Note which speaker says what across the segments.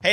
Speaker 1: Hey,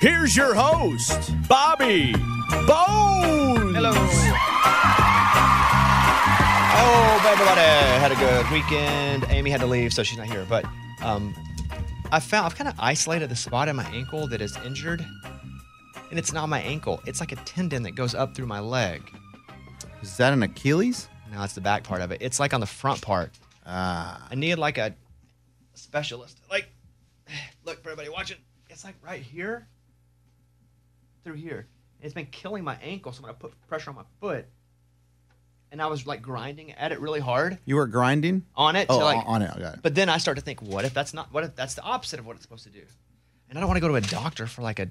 Speaker 2: Here's your host, Bobby Bones.
Speaker 1: Hello. Oh, but everybody had a good weekend. Amy had to leave, so she's not here. But um, I found I've kind of isolated the spot in my ankle that is injured, and it's not my ankle. It's like a tendon that goes up through my leg.
Speaker 3: Is that an Achilles?
Speaker 1: No, it's the back part of it. It's like on the front part.
Speaker 3: Ah.
Speaker 1: I need like a specialist. Like, look for everybody watching. It's like right here, through here. And it's been killing my ankle, so I'm gonna put pressure on my foot. And I was like grinding at it really hard
Speaker 3: You were grinding?
Speaker 1: on it.
Speaker 3: Oh,
Speaker 1: to, like,
Speaker 3: on it. I got it.
Speaker 1: But then I start to think, what if that's not? What if that's the opposite of what it's supposed to do? And I don't want to go to a doctor for like a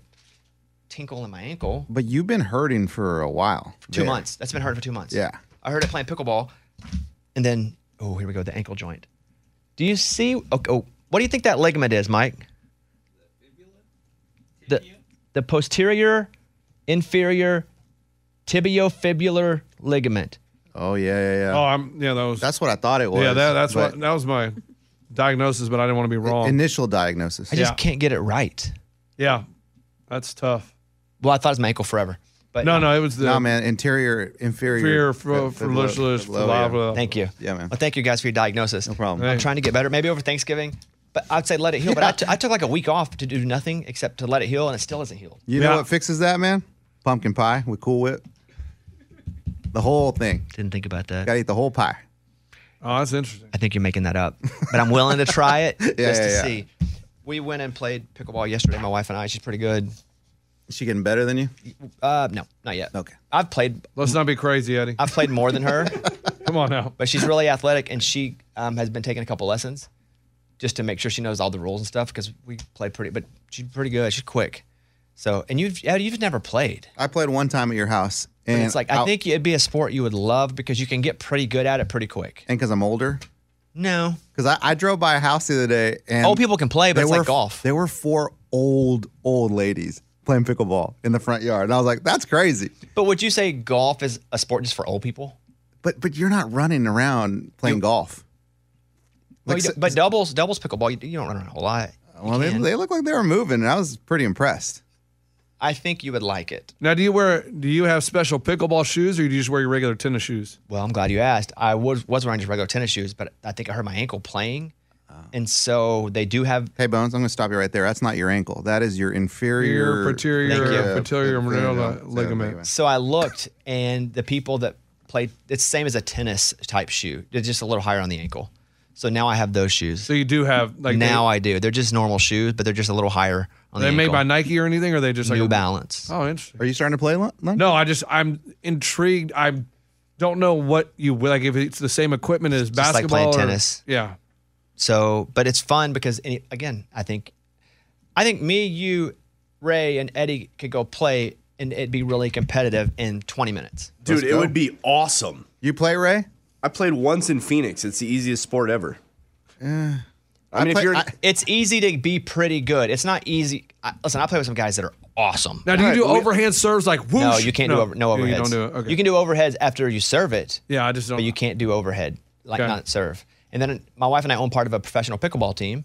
Speaker 1: tinkle in my ankle.
Speaker 3: But you've been hurting for a while.
Speaker 1: Two
Speaker 3: there.
Speaker 1: months. That's been hard for two months.
Speaker 3: Yeah.
Speaker 1: I heard it playing pickleball, and then oh, here we go, the ankle joint. Do you see? Oh, oh what do you think that ligament is, Mike? The the posterior inferior tibiofibular ligament.
Speaker 3: Oh, yeah, yeah, yeah.
Speaker 4: Oh, I'm yeah. That was
Speaker 3: that's what I thought it was.
Speaker 4: yeah. That, that's
Speaker 3: but
Speaker 4: what that was my diagnosis, but I didn't want to be wrong.
Speaker 3: Initial diagnosis.
Speaker 1: I just
Speaker 4: Yeah.
Speaker 1: can't get it right.
Speaker 4: yeah, that's tough.
Speaker 1: Well, I thought it was my ankle forever, but
Speaker 4: No, no, it was the
Speaker 3: no, man. Interior, inferior.
Speaker 4: fear for for
Speaker 3: fibula-
Speaker 4: listeners.
Speaker 3: fibula, yeah.
Speaker 1: Thank you.
Speaker 3: Yeah, man.
Speaker 1: Well, thank you guys for your diagnosis.
Speaker 3: No problem.
Speaker 1: I'm
Speaker 4: Hey.
Speaker 1: trying to get better. Maybe over Thanksgiving, but I'd say let it heal. But I, t- I took like a week off to do nothing except to let it heal, and it still isn't healed.
Speaker 3: You
Speaker 4: Yeah.
Speaker 3: know what fixes that, man? Pumpkin pie with Cool Whip. The whole thing.
Speaker 1: Didn't think about that.
Speaker 3: Got to eat the whole pie.
Speaker 4: Oh, that's interesting.
Speaker 1: I think you're making that up, but I'm willing to try it just
Speaker 3: yeah,
Speaker 1: to
Speaker 3: yeah.
Speaker 1: see. We went and played pickleball yesterday. My wife and I. She's pretty good.
Speaker 3: Is she getting better than you?
Speaker 1: Uh, no, not yet.
Speaker 3: Okay.
Speaker 1: I've played.
Speaker 4: Let's not be crazy, Eddie.
Speaker 1: I've played more than her,
Speaker 4: Come on now.
Speaker 1: but she's really athletic, and she um, has been taking a couple lessons just to make sure she knows all the rules and stuff because we play pretty. But she's pretty good. She's quick. So, and you've Ed, you've never played.
Speaker 3: I played one time at your house.
Speaker 1: But
Speaker 3: And
Speaker 1: it's like I
Speaker 3: I'll-
Speaker 1: think it'd be a sport you would love because you can get pretty good at it pretty quick.
Speaker 3: And because I'm older.
Speaker 1: No,
Speaker 3: Because I, I drove by a house the other day and
Speaker 1: old people can play, but
Speaker 3: They
Speaker 1: it's
Speaker 3: were
Speaker 1: like golf.
Speaker 3: There were four old, old ladies playing pickleball in the front yard. And I was like, that's crazy.
Speaker 1: But would you say golf is a sport just for old people?
Speaker 3: But but you're not running around playing golf.
Speaker 1: Well,
Speaker 3: Like,
Speaker 1: you
Speaker 3: so-
Speaker 1: do- but doubles, doubles pickleball, you, you don't run around a whole lot. You
Speaker 3: Well, they,
Speaker 1: can.
Speaker 3: they look like they were moving, and I was pretty impressed.
Speaker 1: I think you would like it.
Speaker 4: Now, do you wear? Do you have special pickleball shoes, or do you just wear your regular tennis shoes?
Speaker 1: Well, I'm glad you asked. I was was wearing just regular tennis shoes, but I think I hurt my ankle playing,
Speaker 3: Oh.
Speaker 1: and so they do have.
Speaker 3: Hey, Bones, I'm going to stop you right there. That's not your ankle. That is your inferior.
Speaker 4: Your posterior,
Speaker 1: Thank you.
Speaker 4: posterior
Speaker 3: Yeah,
Speaker 4: meridional
Speaker 3: yeah,
Speaker 4: ligament.
Speaker 1: So I looked, and the people that played it's same as a tennis type shoe. It's just a little higher on the ankle. So now I have those shoes.
Speaker 4: So you do have like
Speaker 1: now I do. They're just normal shoes, but they're just a little higher on
Speaker 4: They, they
Speaker 1: the
Speaker 4: made
Speaker 1: ankle.
Speaker 4: by Nike or anything, or are they just like
Speaker 1: New
Speaker 4: a-
Speaker 1: Balance.
Speaker 4: Oh, interesting.
Speaker 3: Are you starting to play lunch?
Speaker 4: No, I just I'm intrigued. I don't know what you like if it's the same equipment as
Speaker 1: Just like
Speaker 4: basketball
Speaker 1: playing
Speaker 4: or-
Speaker 1: tennis.
Speaker 4: Yeah,
Speaker 1: So, but it's fun because any- again, I think, I think me, you, Ray, and Eddie could go play and it'd be really competitive in 20 minutes.
Speaker 5: Dude, it
Speaker 3: go.
Speaker 5: would be awesome.
Speaker 3: You play, Ray?
Speaker 5: I played once in Phoenix. It's the easiest sport ever. I mean,
Speaker 3: play-
Speaker 5: if you're
Speaker 3: Eh. I-
Speaker 1: It's easy to be pretty good. It's not easy. I, listen, I play with some guys that are
Speaker 6: awesome.
Speaker 4: Now, do you do overhand serves like whoosh?
Speaker 1: No, you can't do over, no overheads.
Speaker 4: You don't do it. Okay.
Speaker 1: You can do overheads after you serve it.
Speaker 4: Yeah, I just don't.
Speaker 1: But you can't do overhead, like
Speaker 4: Okay.
Speaker 1: not serve. And then my wife and I own part of a professional pickleball team,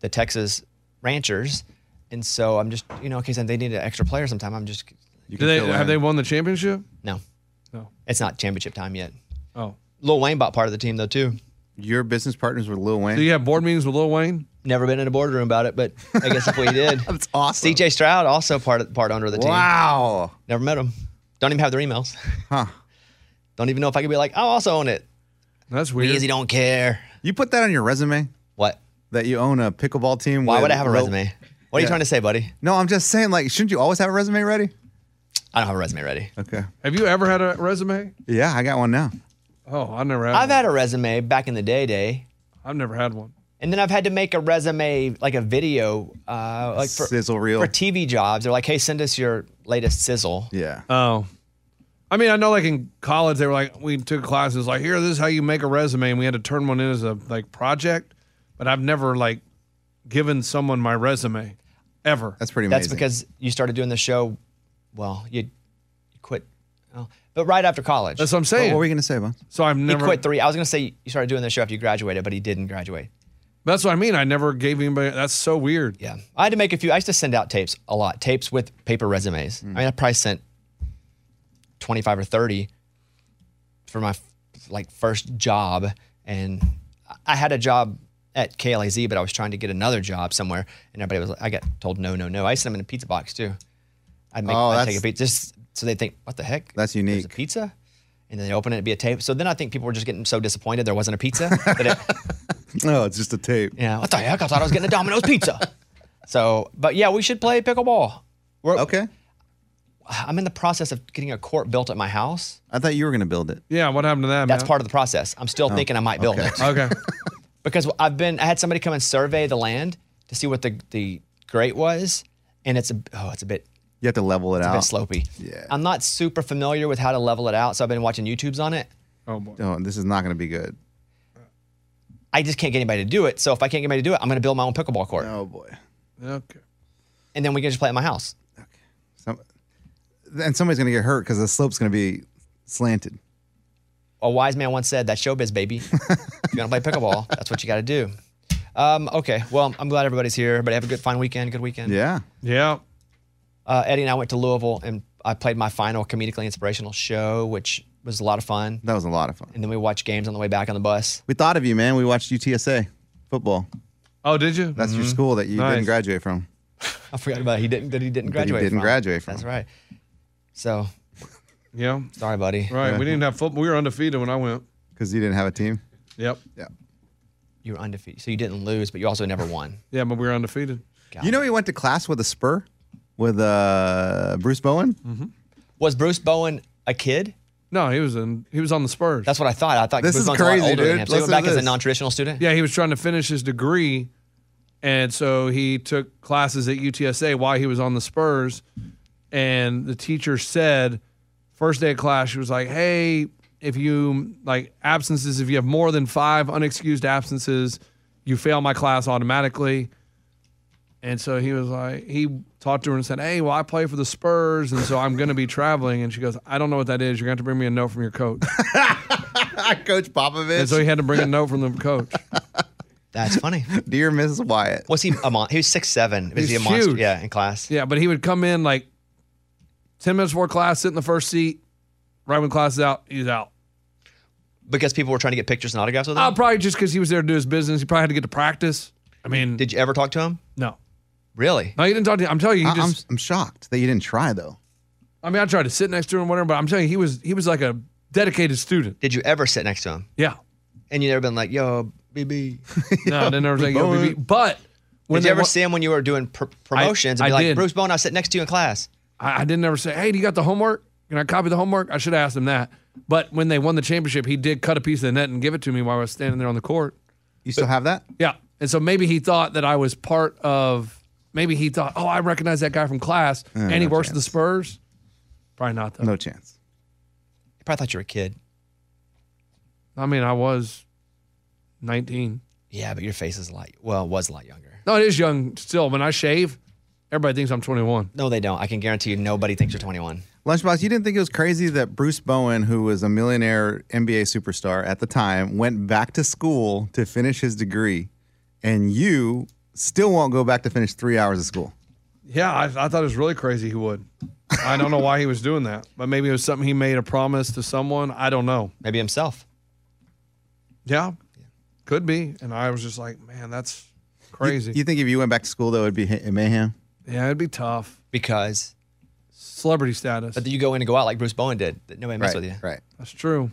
Speaker 1: the Texas Ranchers. And so I'm just, you know, in case they need an extra player sometime, I'm just,
Speaker 4: do they, have they won the championship?
Speaker 1: no.
Speaker 4: No.
Speaker 1: It's not championship time yet.
Speaker 4: Oh,
Speaker 1: Lil Wayne bought part of the team, though, too.
Speaker 3: Your business partners with Lil Wayne.
Speaker 4: do you have board meetings with Lil Wayne?
Speaker 1: Never been in a boardroom about it, but I guess if we did.
Speaker 3: That's awesome.
Speaker 1: CJ Stroud, also part of, part owner of the team.
Speaker 3: Wow.
Speaker 1: Never met him. Don't even have their emails.
Speaker 3: Huh.
Speaker 1: Don't even know if I could be like, I also own it.
Speaker 4: That's weird.
Speaker 1: Because he don't care.
Speaker 3: You put that on your resume
Speaker 1: What?
Speaker 3: that you own a pickleball team.
Speaker 1: Why
Speaker 3: with
Speaker 1: would I have a
Speaker 3: Lil-
Speaker 1: resume? What are you
Speaker 3: Yeah.
Speaker 1: trying to say, buddy?
Speaker 3: No, I'm just saying, like, shouldn't you always have a resume ready?
Speaker 1: I don't have a resume ready.
Speaker 3: Okay.
Speaker 4: Have you ever had a resume?
Speaker 3: Yeah, I got one now.
Speaker 4: Oh, I never had.
Speaker 1: I've
Speaker 4: one.
Speaker 1: had a resume back in the day, day,
Speaker 4: I've never had one.
Speaker 1: and then I've had to make a resume like a video, uh, like for,
Speaker 3: Sizzle reel.
Speaker 1: for TV jobs. They're like, hey, send us your latest sizzle.
Speaker 3: Yeah.
Speaker 4: Oh. I mean, I know like in college they were like we took classes like here this is how you make a resume and we had to turn one in as a like project, but I've never like given someone my resume ever.
Speaker 3: That's pretty amazing.
Speaker 1: That's because you started doing the show. Well, you, you quit, oh, but right after college,
Speaker 4: That's what I'm
Speaker 3: What
Speaker 4: saying.
Speaker 3: were we going to say, Bones?
Speaker 4: so I've
Speaker 1: he
Speaker 4: never
Speaker 1: quit three. I was gonna say you started doing the show after you graduated, but he didn't graduate.
Speaker 4: That's what I mean. I never gave anybody That's so weird.
Speaker 1: Yeah, I had to make a few. I used to send out tapes a lot, tapes with paper resumes.
Speaker 3: Mm.
Speaker 1: I mean, I probably sent twenty five or thirty for my f- like first job, and I- I had a job at KLAZ, but I was trying to get another job somewhere, and everybody was like, I got told no, no, no. I sent them in a pizza box too. I'd make,
Speaker 3: Oh,
Speaker 1: I'd
Speaker 3: that's-
Speaker 1: take a pizza just so they think, what the heck?
Speaker 3: That's
Speaker 1: There's a
Speaker 3: unique.
Speaker 1: pizza. And then they open it, it'd be a tape. So then I think people were just getting so disappointed there wasn't a pizza that it,
Speaker 3: No, it's just a tape.
Speaker 1: yeah, what the heck? I thought I was getting a Domino's pizza. So, but yeah, we should play pickleball. We're,
Speaker 3: Okay.
Speaker 1: I'm in the process of getting a court built at my house.
Speaker 3: I thought you were going to build it.
Speaker 4: Yeah, what happened to that?
Speaker 1: That's part of the process. I'm still thinking I might build it
Speaker 4: Of- okay.
Speaker 1: because I've been. I had somebody come and survey the land to see what the the grade was, and it's a oh, it's a bit
Speaker 3: You have to level it
Speaker 1: a bit
Speaker 4: Oh,
Speaker 3: out.
Speaker 1: slopey.
Speaker 3: Yeah.
Speaker 1: I'm not super familiar with how to level it out, so I've been watching YouTubes on it.
Speaker 4: Oh boy.
Speaker 3: Oh, this is not going to be good.
Speaker 1: I just can't get anybody to do it. So if I can't get anybody to do it, I'm going to build my own pickleball court,
Speaker 3: Oh, boy.
Speaker 4: Okay.
Speaker 1: and then we can just play at my house.
Speaker 3: Some, and somebody's going to get hurt because the slope's going to be slanted.
Speaker 1: a wise man once said, "That showbiz, baby. if you want to play pickleball, that's what you got to do." Um, okay, well, I'm glad everybody's here. Everybody have a good, fine weekend. Good weekend.
Speaker 3: Yeah.
Speaker 4: Yeah.
Speaker 1: Uh, Eddie and I went to Louisville and I played my final comedically inspirational show, which was a lot of fun.
Speaker 3: That was a lot of fun.
Speaker 1: And then we watched games on the way back on the bus.
Speaker 3: We thought of you, man. We watched UTSA football.
Speaker 4: Oh, did you?
Speaker 3: That's
Speaker 1: Mm-hmm.
Speaker 3: your school that you
Speaker 4: Nice.
Speaker 3: didn't graduate from.
Speaker 1: I forgot about he didn't that he didn't
Speaker 3: That he
Speaker 1: graduate.
Speaker 3: didn't graduate from.
Speaker 1: That's right. So
Speaker 4: yeah.
Speaker 1: sorry, buddy.
Speaker 4: Right. We didn't have football. We were undefeated when I went.
Speaker 3: Because you didn't have a team.
Speaker 4: Yep.
Speaker 3: Yeah.
Speaker 1: You were undefeated, so you didn't lose, but you also never won.
Speaker 4: Yeah, but we were undefeated.
Speaker 1: Got
Speaker 3: You know
Speaker 1: it.
Speaker 3: he went to class with a spur with uh, Bruce Bowen?
Speaker 1: was Bruce Bowen a kid?
Speaker 4: No, he was in. He was on the Spurs.
Speaker 1: That's what I thought. I thought
Speaker 3: This
Speaker 1: Bruce
Speaker 3: is
Speaker 1: Bowen's a lot
Speaker 3: crazy,
Speaker 1: older than
Speaker 3: dude.
Speaker 1: him. So he went
Speaker 3: Listen to
Speaker 1: back as a
Speaker 3: this.
Speaker 1: non-traditional student.
Speaker 4: Yeah, he was trying to finish his degree, and so he took classes at UTSA while he was on the Spurs. And the teacher said, first day of class, she was like, "Hey, if you like absences, if you have more than five unexcused absences, you fail my class automatically." And so he was like, he talked to her and said, "Hey, well, I play for the Spurs, and so I'm going to be traveling." And she goes, "I don't know what that is. You're going to have to bring me a note from your coach."
Speaker 3: Coach Popovich.
Speaker 4: and so he had to bring a note from the coach.
Speaker 1: That's funny.
Speaker 3: Dear Mrs. Wyatt.
Speaker 1: Was he a mon- He was six seven. Was
Speaker 4: He's
Speaker 1: he a monster?
Speaker 4: huge.
Speaker 1: Yeah, in class.
Speaker 4: Yeah, but he would come in like ten minutes before class, sit in the first seat. Right when class is out, he's out.
Speaker 1: Because people were trying to get pictures and autographs with him.
Speaker 4: Uh, probably just because he was there to do his business. He probably had to get to practice. I mean,
Speaker 1: Did you ever talk to him?
Speaker 4: no,
Speaker 1: Really?
Speaker 4: no, you didn't talk to him. I'm telling you,
Speaker 3: I-
Speaker 4: he
Speaker 3: I'm,
Speaker 4: just.
Speaker 3: I'm shocked that you didn't try, though.
Speaker 4: i mean, I tried to sit next to him, or whatever. But I'm telling you, he was he was like a dedicated student.
Speaker 1: Did you ever sit next to him?
Speaker 4: Yeah,
Speaker 1: And you never been like, yo, BB.
Speaker 4: no, then there was like, yo, BB. But
Speaker 1: Did
Speaker 4: when they
Speaker 1: you ever
Speaker 4: wa-
Speaker 1: see him when you were doing pr- promotions
Speaker 4: I
Speaker 1: and be like,
Speaker 4: did.
Speaker 1: Bruce Bone, I sit next to you in class.
Speaker 4: I, I didn't ever say, hey, do you got the homework? Can I copy the homework? I should have asked him that. But when they won the championship, he did cut a piece of the net and give it to me while I was standing there on the court.
Speaker 3: You still have that?
Speaker 4: Yeah. And so maybe he thought that I was part of, maybe he thought, oh, I recognize that guy from class and he
Speaker 3: no
Speaker 4: works at the
Speaker 3: chance.
Speaker 4: Spurs. Probably not, though.
Speaker 3: No chance.
Speaker 1: I probably thought you were a kid.
Speaker 4: I mean, I was 19.
Speaker 1: Yeah, but your face is a lot, well, was a lot younger.
Speaker 4: No, it is young still. When I shave Everybody thinks I'm 21.
Speaker 1: No, they don't. I can guarantee you nobody thinks you're 21.
Speaker 3: Lunchbox, you didn't think it was crazy that Bruce Bowen, who was a millionaire NBA superstar at the time, went back to school to finish his degree, and you still won't go back to finish three hours of school.
Speaker 4: Yeah, I, I thought it was really crazy he would. I don't know why he was doing that, but maybe it was something he made a promise to someone. I don't know.
Speaker 1: Maybe himself.
Speaker 4: Yeah, could be. And I was just like, man, that's crazy.
Speaker 3: You think if you went back to school, though, it'd be hi- mayhem?
Speaker 4: yeah, it'd be tough.
Speaker 1: Because
Speaker 4: Celebrity status.
Speaker 1: you go in and go out like Bruce Bowen did. That nobody mess with you.
Speaker 3: right.
Speaker 4: That's true.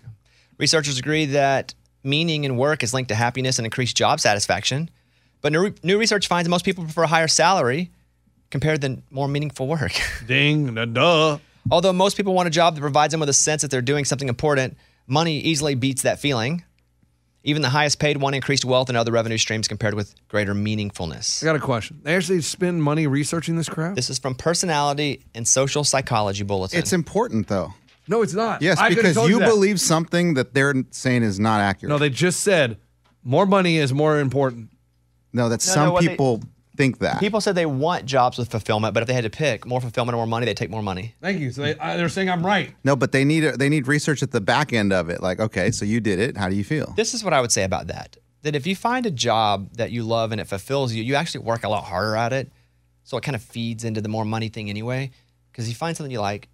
Speaker 1: Researchers agree that meaning in work is linked to happiness and increased job satisfaction. But new, new research finds most people prefer a higher salary compared to more meaningful work.
Speaker 4: Ding, da, duh.
Speaker 1: Although most people want a job that provides them with a sense that they're doing something important, money easily beats that feeling. Even the highest paid want increased wealth and other revenue streams compared with greater meaningfulness.
Speaker 4: I got a question. They actually spend money researching this crap?
Speaker 1: This is from Personality and Social Psychology Bulletin.
Speaker 3: It's important, though.
Speaker 4: no, it's not.
Speaker 3: Yes,
Speaker 4: I could've
Speaker 3: because
Speaker 4: told
Speaker 3: you
Speaker 4: that.
Speaker 3: believe something that they're saying is not accurate.
Speaker 4: No, they just said more money is more important.
Speaker 3: No, that
Speaker 1: No, no,
Speaker 3: some
Speaker 1: what they-
Speaker 3: people think that.
Speaker 1: People said they want jobs with fulfillment, but if they had to pick more fulfillment or more money, they'd take more money.
Speaker 4: Thank you. So they, I, they're saying I'm right.
Speaker 3: no, but they need they need research at the back end of it. Like, okay, so you did it. How do you feel?
Speaker 1: This is what I would say about that. That if you find a job that you love and it fulfills you, you actually work a lot harder at it. So it kind of feeds into the more money thing anyway. Because you find something you like,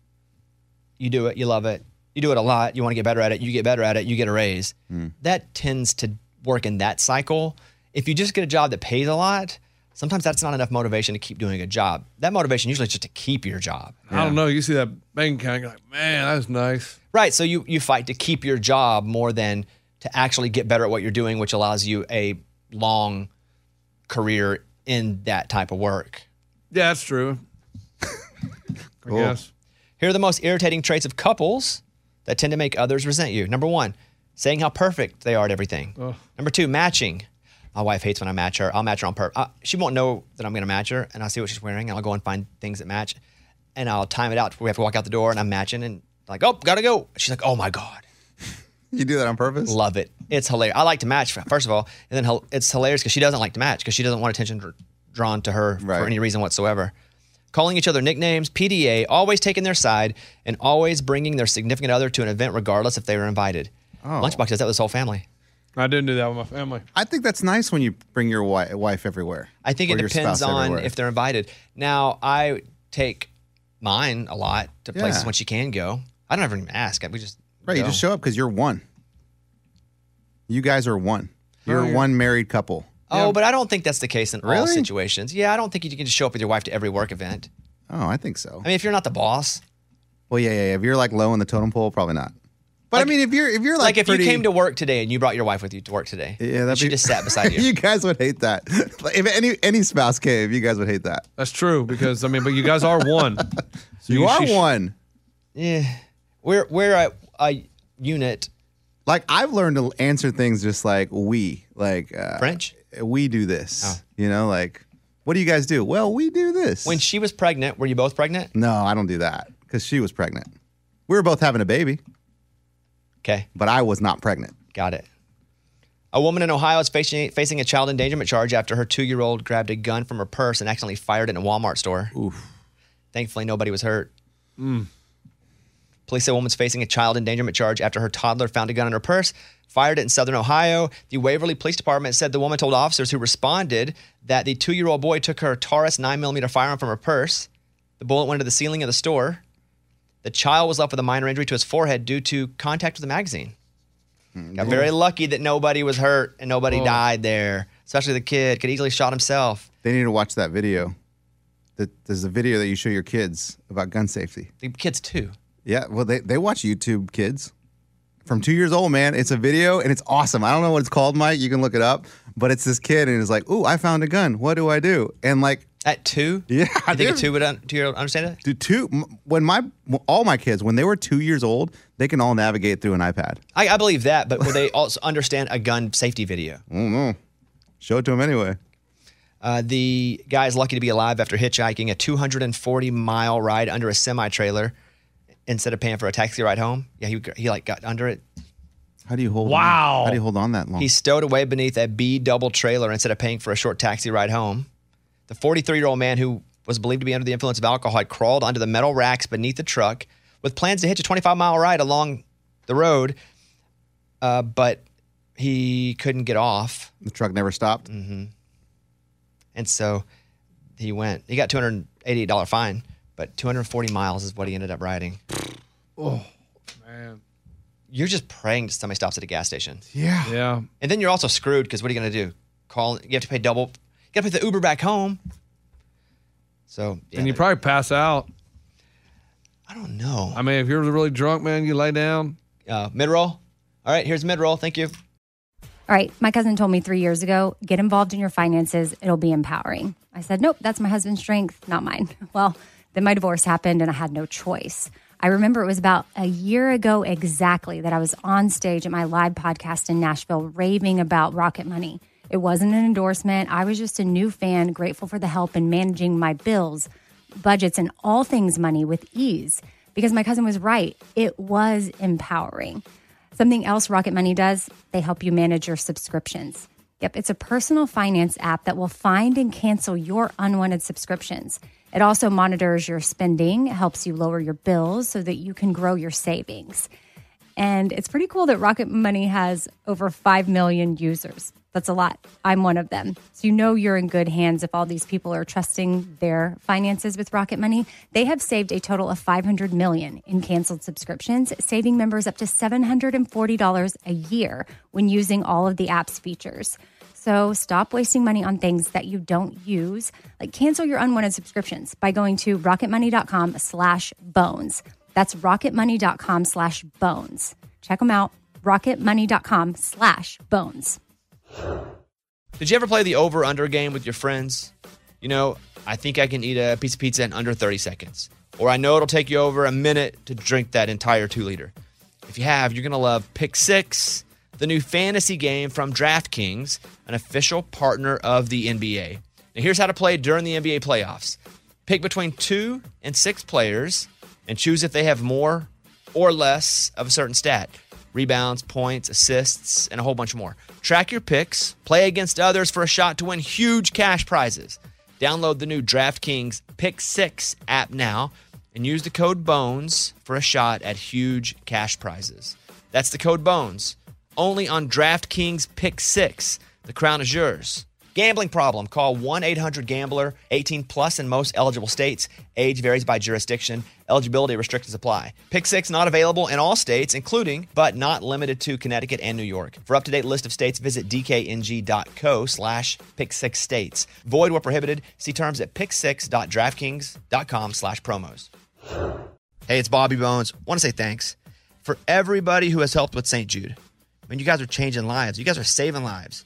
Speaker 1: you do it, you love it, you do it a lot, you want to get better at it, you get better at it, you get a raise. That tends to work in that cycle. If you just get a job that pays a lot, sometimes that's not enough motivation to keep doing a job. That motivation usually is just to keep your job.
Speaker 4: I don't know. You see that bank account, you're like, man, that's nice.
Speaker 1: Right. So you you fight to keep your job more than to actually get better at what you're doing, which allows you a long career in that type of work.
Speaker 4: Yeah, that's true. I guess.
Speaker 1: Here are the most irritating traits of couples that tend to make others resent you. Number one, saying how perfect they are at everything. Number two, matching. My wife hates when I match her. I'll match her on purpose. she won't know that I'm going to match her, and I'll see what she's wearing, and I'll go and find things that match, and I'll time it out. to where We have to walk out the door, and I'm matching, and like, oh, gotta go. She's like, oh my god.
Speaker 3: You do that on purpose?
Speaker 1: Love it. It's hilarious. I like to match first of all, and then hel- it's hilarious because she doesn't like to match because she doesn't want attention dr- drawn to her
Speaker 3: Right.
Speaker 1: for any reason whatsoever. Calling each other nicknames, PDA, always taking their side, and always bringing their significant other to an event regardless if they were invited.
Speaker 3: Oh.
Speaker 1: Lunchbox does that with his whole family.
Speaker 4: I didn't do that with my family.
Speaker 3: I think that's nice when you bring your wife, wife everywhere.
Speaker 1: I think
Speaker 3: or
Speaker 1: it
Speaker 3: your
Speaker 1: depends
Speaker 3: spouse
Speaker 1: on
Speaker 3: everywhere.
Speaker 1: if they're invited. Now I take mine a lot to places
Speaker 3: Yeah.
Speaker 1: when she can go. I don't ever even ask. We just
Speaker 3: right. You
Speaker 1: go.
Speaker 3: just show up because you're one. You guys are one. You're
Speaker 4: yeah.
Speaker 3: one married couple.
Speaker 1: Oh, but I don't think that's the case in all
Speaker 3: Really?
Speaker 1: situations. Yeah, I don't think you can just show up with your wife to every work event.
Speaker 3: Oh, I think so.
Speaker 1: I mean, if you're not the boss,
Speaker 3: well, yeah, yeah, yeah. If you're like low in the totem pole, probably not. But I
Speaker 1: Like-
Speaker 3: mean, if you're if you're like,
Speaker 1: like, if
Speaker 3: pretty-
Speaker 1: you came to work today and you brought your wife with you to work today,
Speaker 3: yeah,
Speaker 1: and
Speaker 3: that'd
Speaker 1: she
Speaker 3: be-
Speaker 1: just sat beside you.
Speaker 3: you guys would hate that. Like, if any any spouse came, you guys would hate that.
Speaker 4: That's true because I mean, but you guys are one. So
Speaker 3: You are
Speaker 4: she-
Speaker 3: one.
Speaker 1: yeah, we're we're a, a unit.
Speaker 3: Like I've learned to answer things just like we, like uh,
Speaker 1: French? Oh.
Speaker 3: We do this. You know, like what do you guys do? Well, we do this.
Speaker 1: When she was pregnant, were you both pregnant?
Speaker 3: no, I don't do that because she was pregnant. We were both having a baby,
Speaker 1: Okay,
Speaker 3: but I was not pregnant.
Speaker 1: got it. A woman in Ohio is facing facing a child endangerment charge after her two year old grabbed a gun from her purse and accidentally fired it in a Walmart store. Oof. Thankfully, nobody was hurt. Police say a woman's facing a child endangerment charge after her toddler found a gun in her purse, fired it in southern Ohio. The Waverly Police Department said the woman told officers who responded that the two year old boy took her Taurus 9mm firearm from her purse. The bullet went into the ceiling of the store. The child was left with a minor injury to his forehead due to contact with the magazine. Got very lucky that nobody was hurt and nobody
Speaker 3: Oh.
Speaker 1: died there, especially the kid. Could easily shot himself.
Speaker 3: They need to watch that video. That there's a video that you show your kids about gun safety.
Speaker 1: The kid's too.
Speaker 3: Yeah, well, they they watch YouTube kids from two years old, man. It's a video and it's awesome. I don't know what it's called, Mike. You can look it up. But it's this kid and it's like, ooh, I found a gun. What do I do? And like,
Speaker 1: At two?
Speaker 3: yeah,
Speaker 1: I think a
Speaker 3: dude.
Speaker 1: two would un- two year old understand it?
Speaker 3: Do two m- when my all my kids when they were two years old, they can all navigate through an iPad.
Speaker 1: I, I believe that, but will they also understand a gun safety video?
Speaker 3: Show it to them anyway.
Speaker 1: Uh, the guy is lucky to be alive after hitchhiking a 240 mile ride under a semi trailer instead of paying for a taxi ride home. Yeah, he, he like got under it.
Speaker 3: How do you hold?
Speaker 4: Wow.
Speaker 3: On? How do you hold on that long?
Speaker 1: He stowed away beneath a B double trailer instead of paying for a short taxi ride home. The 43 year old man who was believed to be under the influence of alcohol had crawled onto the metal racks beneath the truck with plans to hitch a 25 mile ride along the road, uh, but he couldn't get off.
Speaker 3: The truck never stopped.
Speaker 1: Mm. And so he went. He got $288 fine, but 240 miles is what he ended up riding. Oh, man. You're just praying that somebody stops at a gas station.
Speaker 3: Yeah.
Speaker 4: Yeah.
Speaker 1: And then you're also screwed because what are you going to do? Call, you have to pay double, you got to pay the Uber back home. So, yeah,
Speaker 4: and you
Speaker 1: there-
Speaker 4: probably pass out.
Speaker 1: I don't know.
Speaker 4: I mean, if you're really drunk, man, you lay down.
Speaker 1: Uh, mid roll. All right, here's mid roll. Thank you.
Speaker 7: All right, my cousin told me three years ago, get involved in your finances, it'll be empowering. I said, nope, that's my husband's strength, not mine. Well, then my divorce happened and I had no choice. I remember it was about a year ago exactly that I was on stage at my live podcast in Nashville raving about Rocket Money. It wasn't an endorsement, I was just a new fan, grateful for the help in managing my bills budgets and all things money with ease because my cousin was right. It was empowering. Something else Rocket Money does, they help you manage your subscriptions. Yep, it's a personal finance app that will find and cancel your unwanted subscriptions. It also monitors your spending, helps you lower your bills so that you can grow your savings. And it's pretty cool that Rocket Money has over 5 million users. That's a lot. I'm one of them. So you know you're in good hands if all these people are trusting their finances with Rocket Money. They have saved a total of 500 million in canceled subscriptions, saving members up to $740 a year when using all of the app's features. So stop wasting money on things that you don't use. Like cancel your unwanted subscriptions by going to rocketmoney.com slash bones. That's rocketmoney.com slash bones. Check them out. Rocketmoney.com slash bones.
Speaker 1: Did you ever play the over under game with your friends? You know, I think I can eat a piece of pizza in under 30 seconds. Or I know it'll take you over a minute to drink that entire two liter. If you have, you're going to love Pick Six, the new fantasy game from DraftKings, an official partner of the NBA. Now, here's how to play during the NBA playoffs pick between two and six players and choose if they have more or less of a certain stat rebounds, points, assists, and a whole bunch more. Track your picks, play against others for a shot to win huge cash prizes. Download the new DraftKings Pick 6 app now and use the code BONES for a shot at huge cash prizes. That's the code BONES. Only on DraftKings Pick 6. The crown is yours. Gambling problem? Call 1-800-GAMBLER. 18 plus in most eligible states. Age varies by jurisdiction. Eligibility restrictions apply. Pick 6 not available in all states including but not limited to Connecticut and New York. For up-to-date list of states visit dkng.co slash pick 6 states. Void where prohibited. See terms at pick6.draftkings.com slash promos. Hey, it's Bobby Bones. Want to say thanks for everybody who has helped with St. Jude. I mean, you guys are changing lives. You guys are saving lives.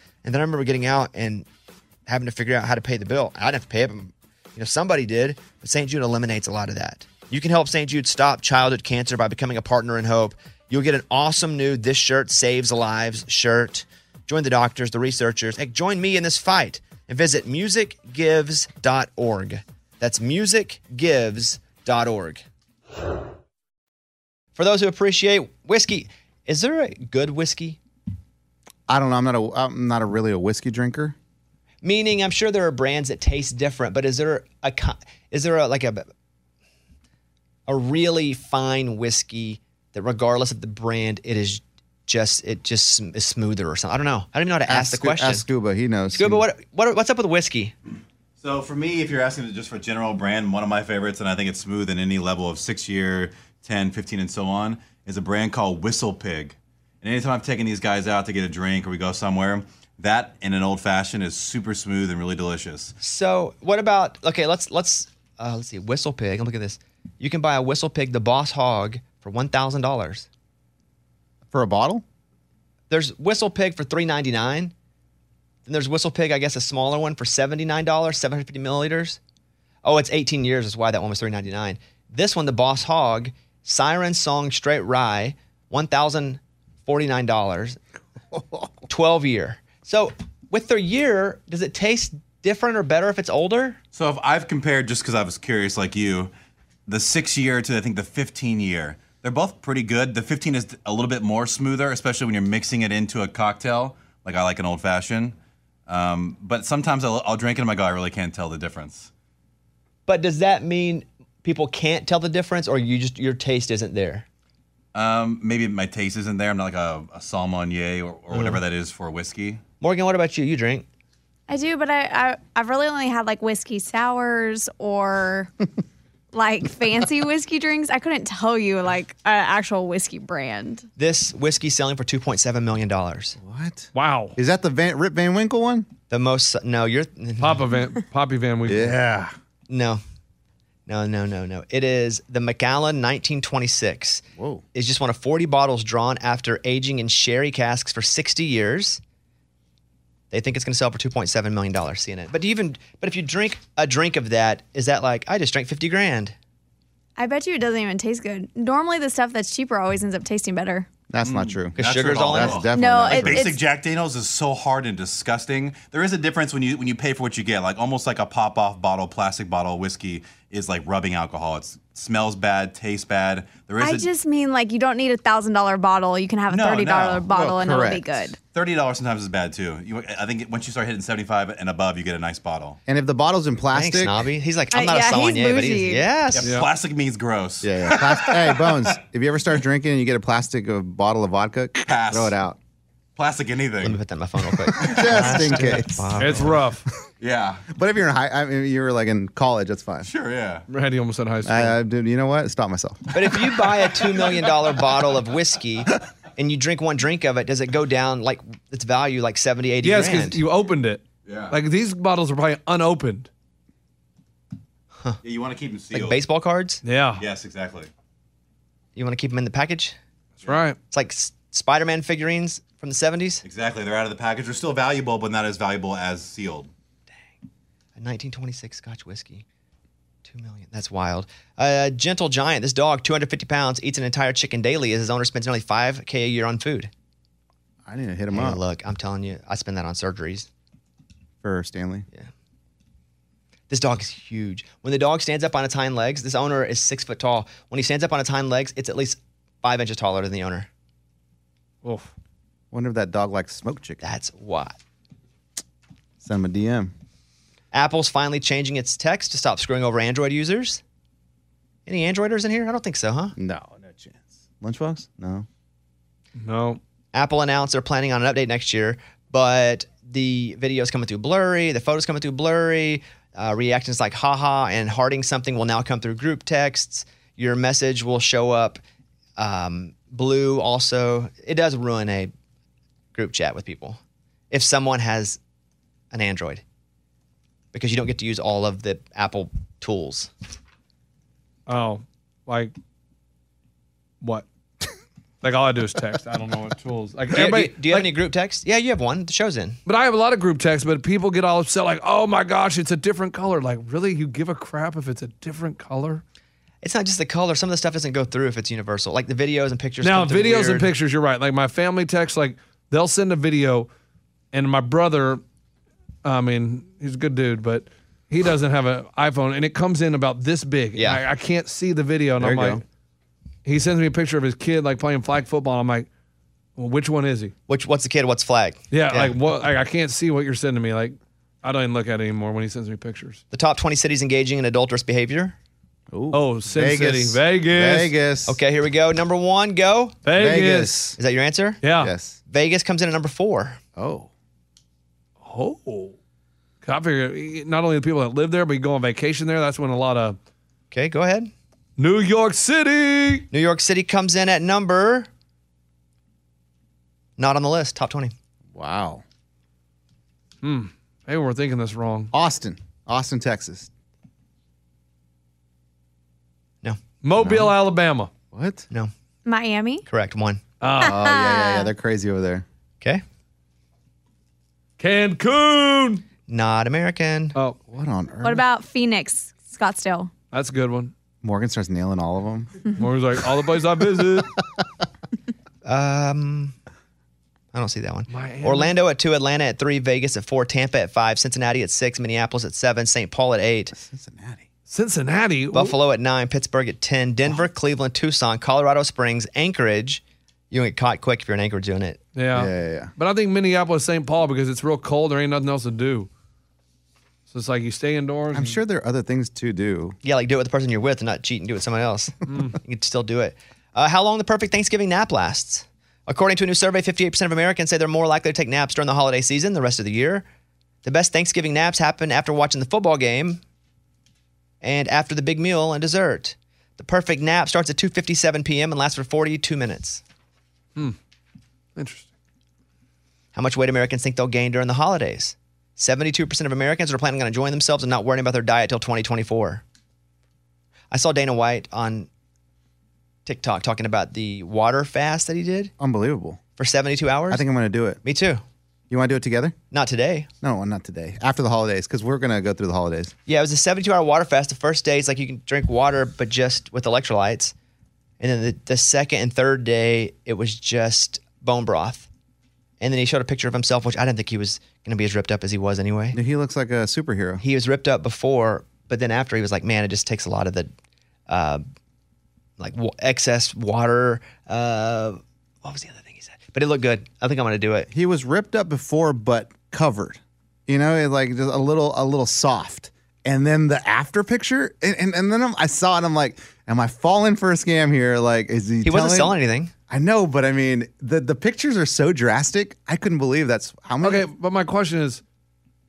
Speaker 1: And then I remember getting out and having to figure out how to pay the bill. I didn't have to pay it, but you know, somebody did. But St. Jude eliminates a lot of that. You can help St. Jude stop childhood cancer by becoming a partner in hope. You'll get an awesome new This Shirt Saves Lives shirt. Join the doctors, the researchers, and join me in this fight and visit musicgives.org. That's musicgives.org. For those who appreciate whiskey, is there a good whiskey?
Speaker 3: I don't know. I'm not a. I'm not a really a whiskey drinker.
Speaker 1: Meaning, I'm sure there are brands that taste different, but is there a co- is there a, like a a really fine whiskey that, regardless of the brand, it is just it just sm- is smoother or something? I don't know. I don't even know how to ask, the
Speaker 3: Scu-
Speaker 1: question.
Speaker 3: Ask Scuba. He knows.
Speaker 1: Scuba, what, what what's up with whiskey?
Speaker 8: So for me, if you're asking just for general brand, one of my favorites, and I think it's smooth in any level of six year, 10, 15, and so on, is a brand called Whistle Pig. And anytime I've taken these guys out to get a drink or we go somewhere, that in an old fashioned is super smooth and really delicious.
Speaker 1: So, what about okay? Let's let's uh, let's see. Whistle pig. Look at this. You can buy a whistle pig, the boss hog, for one thousand dollars.
Speaker 3: for a bottle?
Speaker 1: there's whistle pig for three ninety nine. Then there's whistle pig, I guess a smaller one for seventy nine dollars, seven hundred fifty milliliters. oh, it's 18 years. That's why that one was 399. This one, the Boss Hog Siren Song Straight Rye, $1,049, 12 year. So with their year, does it taste different or better if it's older?
Speaker 8: So if I've compared, just because I was curious, like you, the six year to I think the 15 year, they're both pretty good. The 15 is a little bit more smoother, especially when you're mixing it into a cocktail. Like I like an old fashioned, um, but sometimes I'll, I'll drink it and "Oh, I go, I really can't tell the difference.
Speaker 1: But does that mean people can't tell the difference or you just your taste isn't there?
Speaker 8: Um, maybe my taste isn't there. I'm not like a, a salmonier or, or whatever that is for whiskey.
Speaker 1: Morgan, what about you? You drink.
Speaker 9: I do, but I, I I've really only had like whiskey sours or like fancy whiskey drinks. I couldn't tell you like an actual whiskey brand.
Speaker 1: This whiskey selling for $2.7 million.
Speaker 3: What?
Speaker 4: Wow.
Speaker 3: Is that the Van, Rip Van Winkle one?
Speaker 1: The most, no, you're,
Speaker 4: Papa Van, Poppy Van Winkle.
Speaker 3: Yeah.
Speaker 1: No. No, no, no, no. It is the Macallan 1926.
Speaker 3: Whoa.
Speaker 1: It's just one of 40 bottles drawn after aging in sherry casks for 60 years. They think it's going to sell for 2.7 million dollars. Seeing it, but do you even but if you drink a drink of that, is that like I just drank 50 grand?
Speaker 9: I bet you it doesn't even taste good. Normally, the stuff that's cheaper always ends up tasting better.
Speaker 3: That's not true.
Speaker 1: Because
Speaker 8: That's
Speaker 1: sugar's
Speaker 8: what
Speaker 1: all in
Speaker 8: all
Speaker 1: it.
Speaker 3: That's definitely
Speaker 8: Oh.
Speaker 9: No,
Speaker 3: not
Speaker 9: it-
Speaker 3: true.
Speaker 8: Basic
Speaker 9: It's-
Speaker 8: Jack Daniels is so hard and disgusting. There is a difference when you when you pay for what you get. Like almost like a pop off bottle, plastic bottle of whiskey is like rubbing alcohol. It's, it smells bad, tastes bad. There is
Speaker 9: I
Speaker 8: a
Speaker 9: just mean like you don't need a thousand dollar bottle. You can have a
Speaker 8: No,
Speaker 9: thirty dollar
Speaker 8: no.
Speaker 9: bottle and it'll be
Speaker 3: correct.
Speaker 9: good.
Speaker 8: thirty dollars sometimes is bad too. You, I think once you start hitting seventy five and above, you get a nice bottle.
Speaker 3: And if the bottle's in
Speaker 1: Thanks,
Speaker 3: plastic,
Speaker 1: snobby. He's like
Speaker 9: Uh,
Speaker 1: I'm not
Speaker 9: yeah,
Speaker 1: a
Speaker 9: he's
Speaker 1: sommelier, but he's
Speaker 9: bougie.
Speaker 1: yes.
Speaker 8: Yeah, Plastic means gross.
Speaker 3: Yeah, yeah. Plas- hey, Bones, if you ever start drinking and you get a plastic of bottle of vodka,
Speaker 8: Pass.
Speaker 3: throw it out.
Speaker 8: Plastic
Speaker 1: Let me
Speaker 8: anything.
Speaker 1: put that in my phone real quick.
Speaker 3: Just in case.
Speaker 4: It's rough.
Speaker 8: Yeah.
Speaker 3: But if you're in high, I mean, you were like in college, that's fine.
Speaker 8: Sure. Yeah.
Speaker 4: Randy almost said high school.
Speaker 3: I, I, dude, you know what? Stop myself.
Speaker 1: but if you buy a two million dollar bottle of whiskey and you drink one drink of it, does it go down like its value like 70, 80
Speaker 4: yes,
Speaker 1: grand?
Speaker 4: because you opened it.
Speaker 8: Yeah.
Speaker 4: Like these bottles are probably unopened.
Speaker 8: Yeah, you want to keep them sealed.
Speaker 1: like baseball cards,
Speaker 4: Yeah.
Speaker 8: Yes, exactly.
Speaker 1: you want to keep them in the package.
Speaker 4: That's right.
Speaker 1: It's like S- Spider-Man figurines from the 70s,
Speaker 8: Exactly. They're out of the package. They're still valuable, but not as valuable as sealed.
Speaker 1: a 1926 Scotch whiskey. Two million. That's wild. A gentle giant. This dog, 250 pounds, eats an entire chicken daily as his owner spends nearly 5K a year on food.
Speaker 3: I need to hit him
Speaker 1: Hey,
Speaker 3: up
Speaker 1: look, I'm telling you, I spend that on surgeries.
Speaker 3: for Stanley.
Speaker 1: This dog is huge. When the dog stands up on its hind legs, this owner is six foot tall. When he stands up on its hind legs, it's at least five inches taller than the owner.
Speaker 4: Oof.
Speaker 3: Wonder if that dog likes smoked chicken.
Speaker 1: That's wild.
Speaker 3: Send him a DM.
Speaker 1: Apple's finally changing its text to stop screwing over Android users. Any Androiders in here? I don't think so, huh?
Speaker 3: No, no chance. Lunchbox? No.
Speaker 4: No.
Speaker 1: Apple announced they're planning on an update next year, but the video's coming through blurry, the photo's coming through blurry, uh, reactions like haha and hearting something will now come through group texts. Your message will show up um, blue also. It does ruin a group chat with people if someone has an Android because you don't get to use all of the Apple tools.
Speaker 4: Oh, like what? like all I do is text. I don't know what tools. Like
Speaker 1: Do you,
Speaker 4: everybody.
Speaker 1: do you- do you have
Speaker 4: like-
Speaker 1: any group texts? Yeah, you have one. The show's in.
Speaker 4: But I have a lot of group texts. But people get all upset. Like, oh my gosh, it's a different color. Like, really? You give a crap if it's a different color?
Speaker 1: It's not just the color. Some of the stuff doesn't go through if it's universal, like the videos and pictures.
Speaker 4: now
Speaker 1: come through
Speaker 4: videos and
Speaker 1: weird.
Speaker 4: pictures you're right like my family text like they'll send a video and my brother i mean he's a good dude but he doesn't have an iphone and it comes in about this big
Speaker 1: Yeah.
Speaker 4: I, I can't see the video and
Speaker 3: There
Speaker 4: i'm
Speaker 3: you
Speaker 4: like
Speaker 3: go.
Speaker 4: he sends me a picture of his kid like playing flag football and i'm like well, which one is he
Speaker 1: Which what's the kid? What's flag?
Speaker 4: yeah, like what like, i can't see what you're sending me like i don't even look at it anymore when he sends me pictures
Speaker 1: the top 20 cities engaging in adulterous behavior.
Speaker 3: Ooh.
Speaker 4: oh Sin
Speaker 3: Vegas.
Speaker 4: City. vegas
Speaker 3: Vegas.
Speaker 1: Okay, here we go. Number one, go.
Speaker 4: vegas,
Speaker 3: Vegas.
Speaker 1: Is that your answer?
Speaker 4: yeah
Speaker 3: Yes.
Speaker 1: Vegas comes in at number four.
Speaker 3: Oh.
Speaker 4: Oh. 'Cause I figure e, not only the people that live there, but you go on vacation there. That's when a lot of
Speaker 1: Okay, go ahead.
Speaker 4: New York City.
Speaker 1: New York City comes in at number. Not on the list. Top 20.
Speaker 3: Wow.
Speaker 4: Maybe we're thinking this wrong.
Speaker 3: Austin. Austin, Texas.
Speaker 1: No,
Speaker 4: Mobile, Alabama.
Speaker 3: What?
Speaker 1: no.
Speaker 9: Miami.
Speaker 1: Correct. One.
Speaker 3: Oh, yeah, yeah, yeah. They're crazy over there.
Speaker 1: Okay.
Speaker 4: Cancun.
Speaker 1: Not American.
Speaker 4: Oh,
Speaker 3: What on earth?
Speaker 9: What about Phoenix? Scottsdale.
Speaker 4: That's a good one.
Speaker 3: Morgan starts nailing all of them.
Speaker 4: Morgan's like, all the places I visit.
Speaker 1: Um, I don't see that one. Orlando at two, Atlanta at three, Vegas at four, Tampa at five, Cincinnati at six, Minneapolis at seven, St. Paul at eight,
Speaker 4: Cincinnati.
Speaker 1: Buffalo at nine, Pittsburgh at ten, Denver, Cleveland, Tucson, Colorado Springs, Anchorage. You get caught quick if you're in Anchorage doing it.
Speaker 4: Yeah. But I think Minneapolis, St. Paul, because it's real cold. There ain't nothing else to do. So it's like you stay indoors.
Speaker 3: I'm sure there are other things to do.
Speaker 1: Yeah, like do it with the person you're with and not cheat and do it with someone else. You can still do it. Uh, how long the perfect Thanksgiving nap lasts? According to a new survey, 58% of Americans say they're more likely to take naps during the holiday season the rest of the year. The best Thanksgiving naps happen after watching the football game and after the big meal and dessert. The perfect nap starts at 2:57 p.m. and lasts for 42 minutes.
Speaker 4: Hmm. Interesting.
Speaker 1: How much weight Americans think they'll gain during the holidays? 72% of Americans are planning on enjoying themselves and not worrying about their diet till 2024. I saw Dana White on TikTok talking about the water fast that he did
Speaker 3: Unbelievable.
Speaker 1: for 72 hours.
Speaker 3: I think I'm going to do it.
Speaker 1: Me too.
Speaker 3: You want to do it together?
Speaker 1: Not today.
Speaker 3: No, not today. After the holidays, because we're going to go through the holidays.
Speaker 1: Yeah, it was a 72 hour water fast. The first day is like you can drink water, but just with electrolytes. And then the, the second and third day, it was just bone broth. And then he showed a picture of himself, which I didn't think he was going to be as ripped up as he was anyway.
Speaker 3: He looks like a superhero.
Speaker 1: He was ripped up before, but then after he was like, man, it just takes a lot of the uh, like w- excess water. Uh, what was the other thing he said? But it looked good. I think I'm going to do it.
Speaker 3: He was ripped up before, but covered. You know, it like just a little, a little soft. And then the after picture, and, and, and then I'm, I saw it. I'm like, am I falling for a scam here? Like, is he?
Speaker 1: He wasn't
Speaker 3: telling-
Speaker 1: selling anything.
Speaker 3: I know, but I mean, the the pictures are so drastic. I couldn't believe that's how many.
Speaker 4: Okay, but my question is,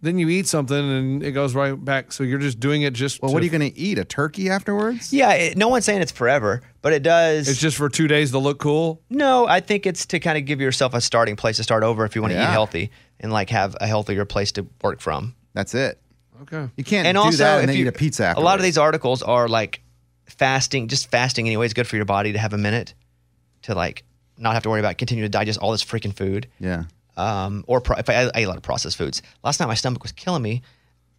Speaker 4: then you eat something and it goes right back. So you're just doing it just.
Speaker 3: Well, what are you going to eat? A turkey afterwards?
Speaker 1: Yeah, it, no one's saying it's forever, but it does.
Speaker 4: It's just for two days to look cool.
Speaker 1: No, I think it's to kind of give yourself a starting place to start over if you want to
Speaker 3: Yeah.
Speaker 1: eat healthy and like have a healthier place to work from.
Speaker 3: That's it.
Speaker 4: Okay.
Speaker 3: You can't
Speaker 1: and
Speaker 3: do
Speaker 1: also,
Speaker 3: that
Speaker 1: if
Speaker 3: and then
Speaker 1: you,
Speaker 3: eat a pizza.
Speaker 1: A
Speaker 3: Afterwards.
Speaker 1: lot of these articles are like fasting, just fasting anyway is good for your body to have a minute to like not have to worry about continuing to digest all this freaking food.
Speaker 3: Yeah.
Speaker 1: Um, or pro- if I, I ate a lot of processed foods. Last night my stomach was killing me,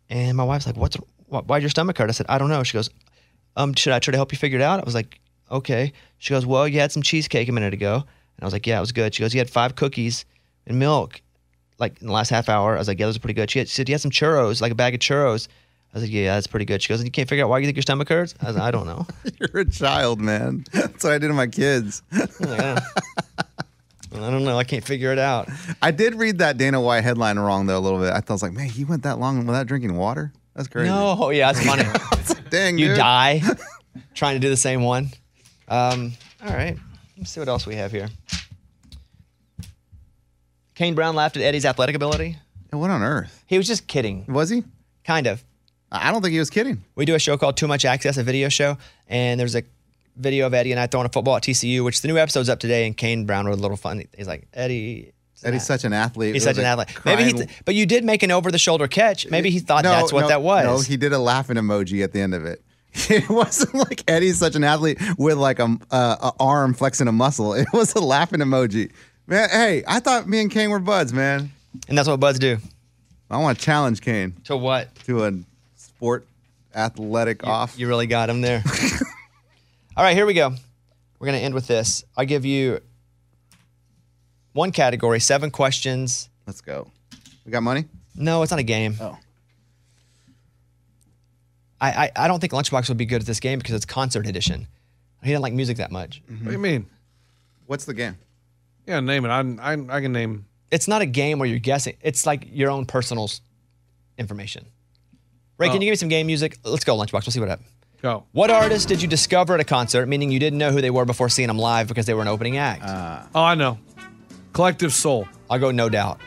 Speaker 1: and my wife's like, "What's wh- why'd your stomach hurt?" I said, "I don't know." She goes, "Um, should I try to help you figure it out?" I was like, "Okay." She goes, "Well, you had some cheesecake a minute ago," and I was like, "Yeah, it was good." She goes, "You had five cookies and milk, like in the last half hour." I was like, "Yeah, those are pretty good." She, had, she said, "You had some churros, like a bag of churros." I was like, "Yeah, that's pretty good." She goes, "And you can't figure out why you think your stomach hurts?" I was like, "I don't know."
Speaker 3: You're a child, man. That's what I did to my kids.
Speaker 1: I, was like, "I don't know. I don't know. I can't figure it out.
Speaker 3: I did read that Dana White headline wrong though a little bit. I thought I was like, man, he went that long without drinking water. That's crazy.
Speaker 1: No, yeah, it's funny.
Speaker 3: Dang,
Speaker 1: you
Speaker 3: dude.
Speaker 1: die trying to do the same one. Um, all right, let's see what else we have here. Kane Brown laughed at Eddie's athletic ability.
Speaker 3: And What on earth
Speaker 1: He was just kidding,
Speaker 3: was he?
Speaker 1: kind of.
Speaker 3: I I don't think he was kidding.
Speaker 1: We do a show called Too Much Access, a video show, and there's a video of Eddie and I throwing a football at TCU, which the new episode's up today. And Kane Brown wrote a little fun. He's like, Eddie.
Speaker 3: That he's such an athlete.
Speaker 1: He's
Speaker 3: It was
Speaker 1: such an
Speaker 3: a
Speaker 1: athlete. Maybe he,
Speaker 3: crying-
Speaker 1: th- but you did make an over-the-shoulder catch. Maybe he thought that's what
Speaker 3: no,
Speaker 1: that was.
Speaker 3: No, he did a laughing emoji at the end of it. It wasn't like Eddie's such an athlete with like a, a, a arm flexing a muscle. It was a laughing emoji. Man, hey, I thought me and Kane were buds, man.
Speaker 1: and that's what buds do.
Speaker 3: I want to challenge Kane
Speaker 1: To what?
Speaker 3: to a sport athletic off.
Speaker 1: You really got him there. All right, here we go. We're going to end with this. I'll give you one category, seven questions.
Speaker 3: Let's go. We got money?
Speaker 1: No, it's not a game.
Speaker 3: Oh.
Speaker 1: I, I, I don't think Lunchbox would be good at this game because it's concert edition. He didn't like music that much.
Speaker 3: Mm-hmm.
Speaker 4: What do you mean?
Speaker 3: What's the game?
Speaker 4: Yeah, name it. I I, I can name.
Speaker 1: It's not a game where you're guessing. It's like your own personal s- information. Ray,
Speaker 3: Oh.
Speaker 1: can you give me some game music? Let's go, Lunchbox. We'll see what happens.
Speaker 4: Go.
Speaker 1: What artist did you discover at a concert, meaning you didn't know who they were before seeing them live because they were an opening act?
Speaker 4: Oh, I know. Collective Soul.
Speaker 1: I'll go no doubt.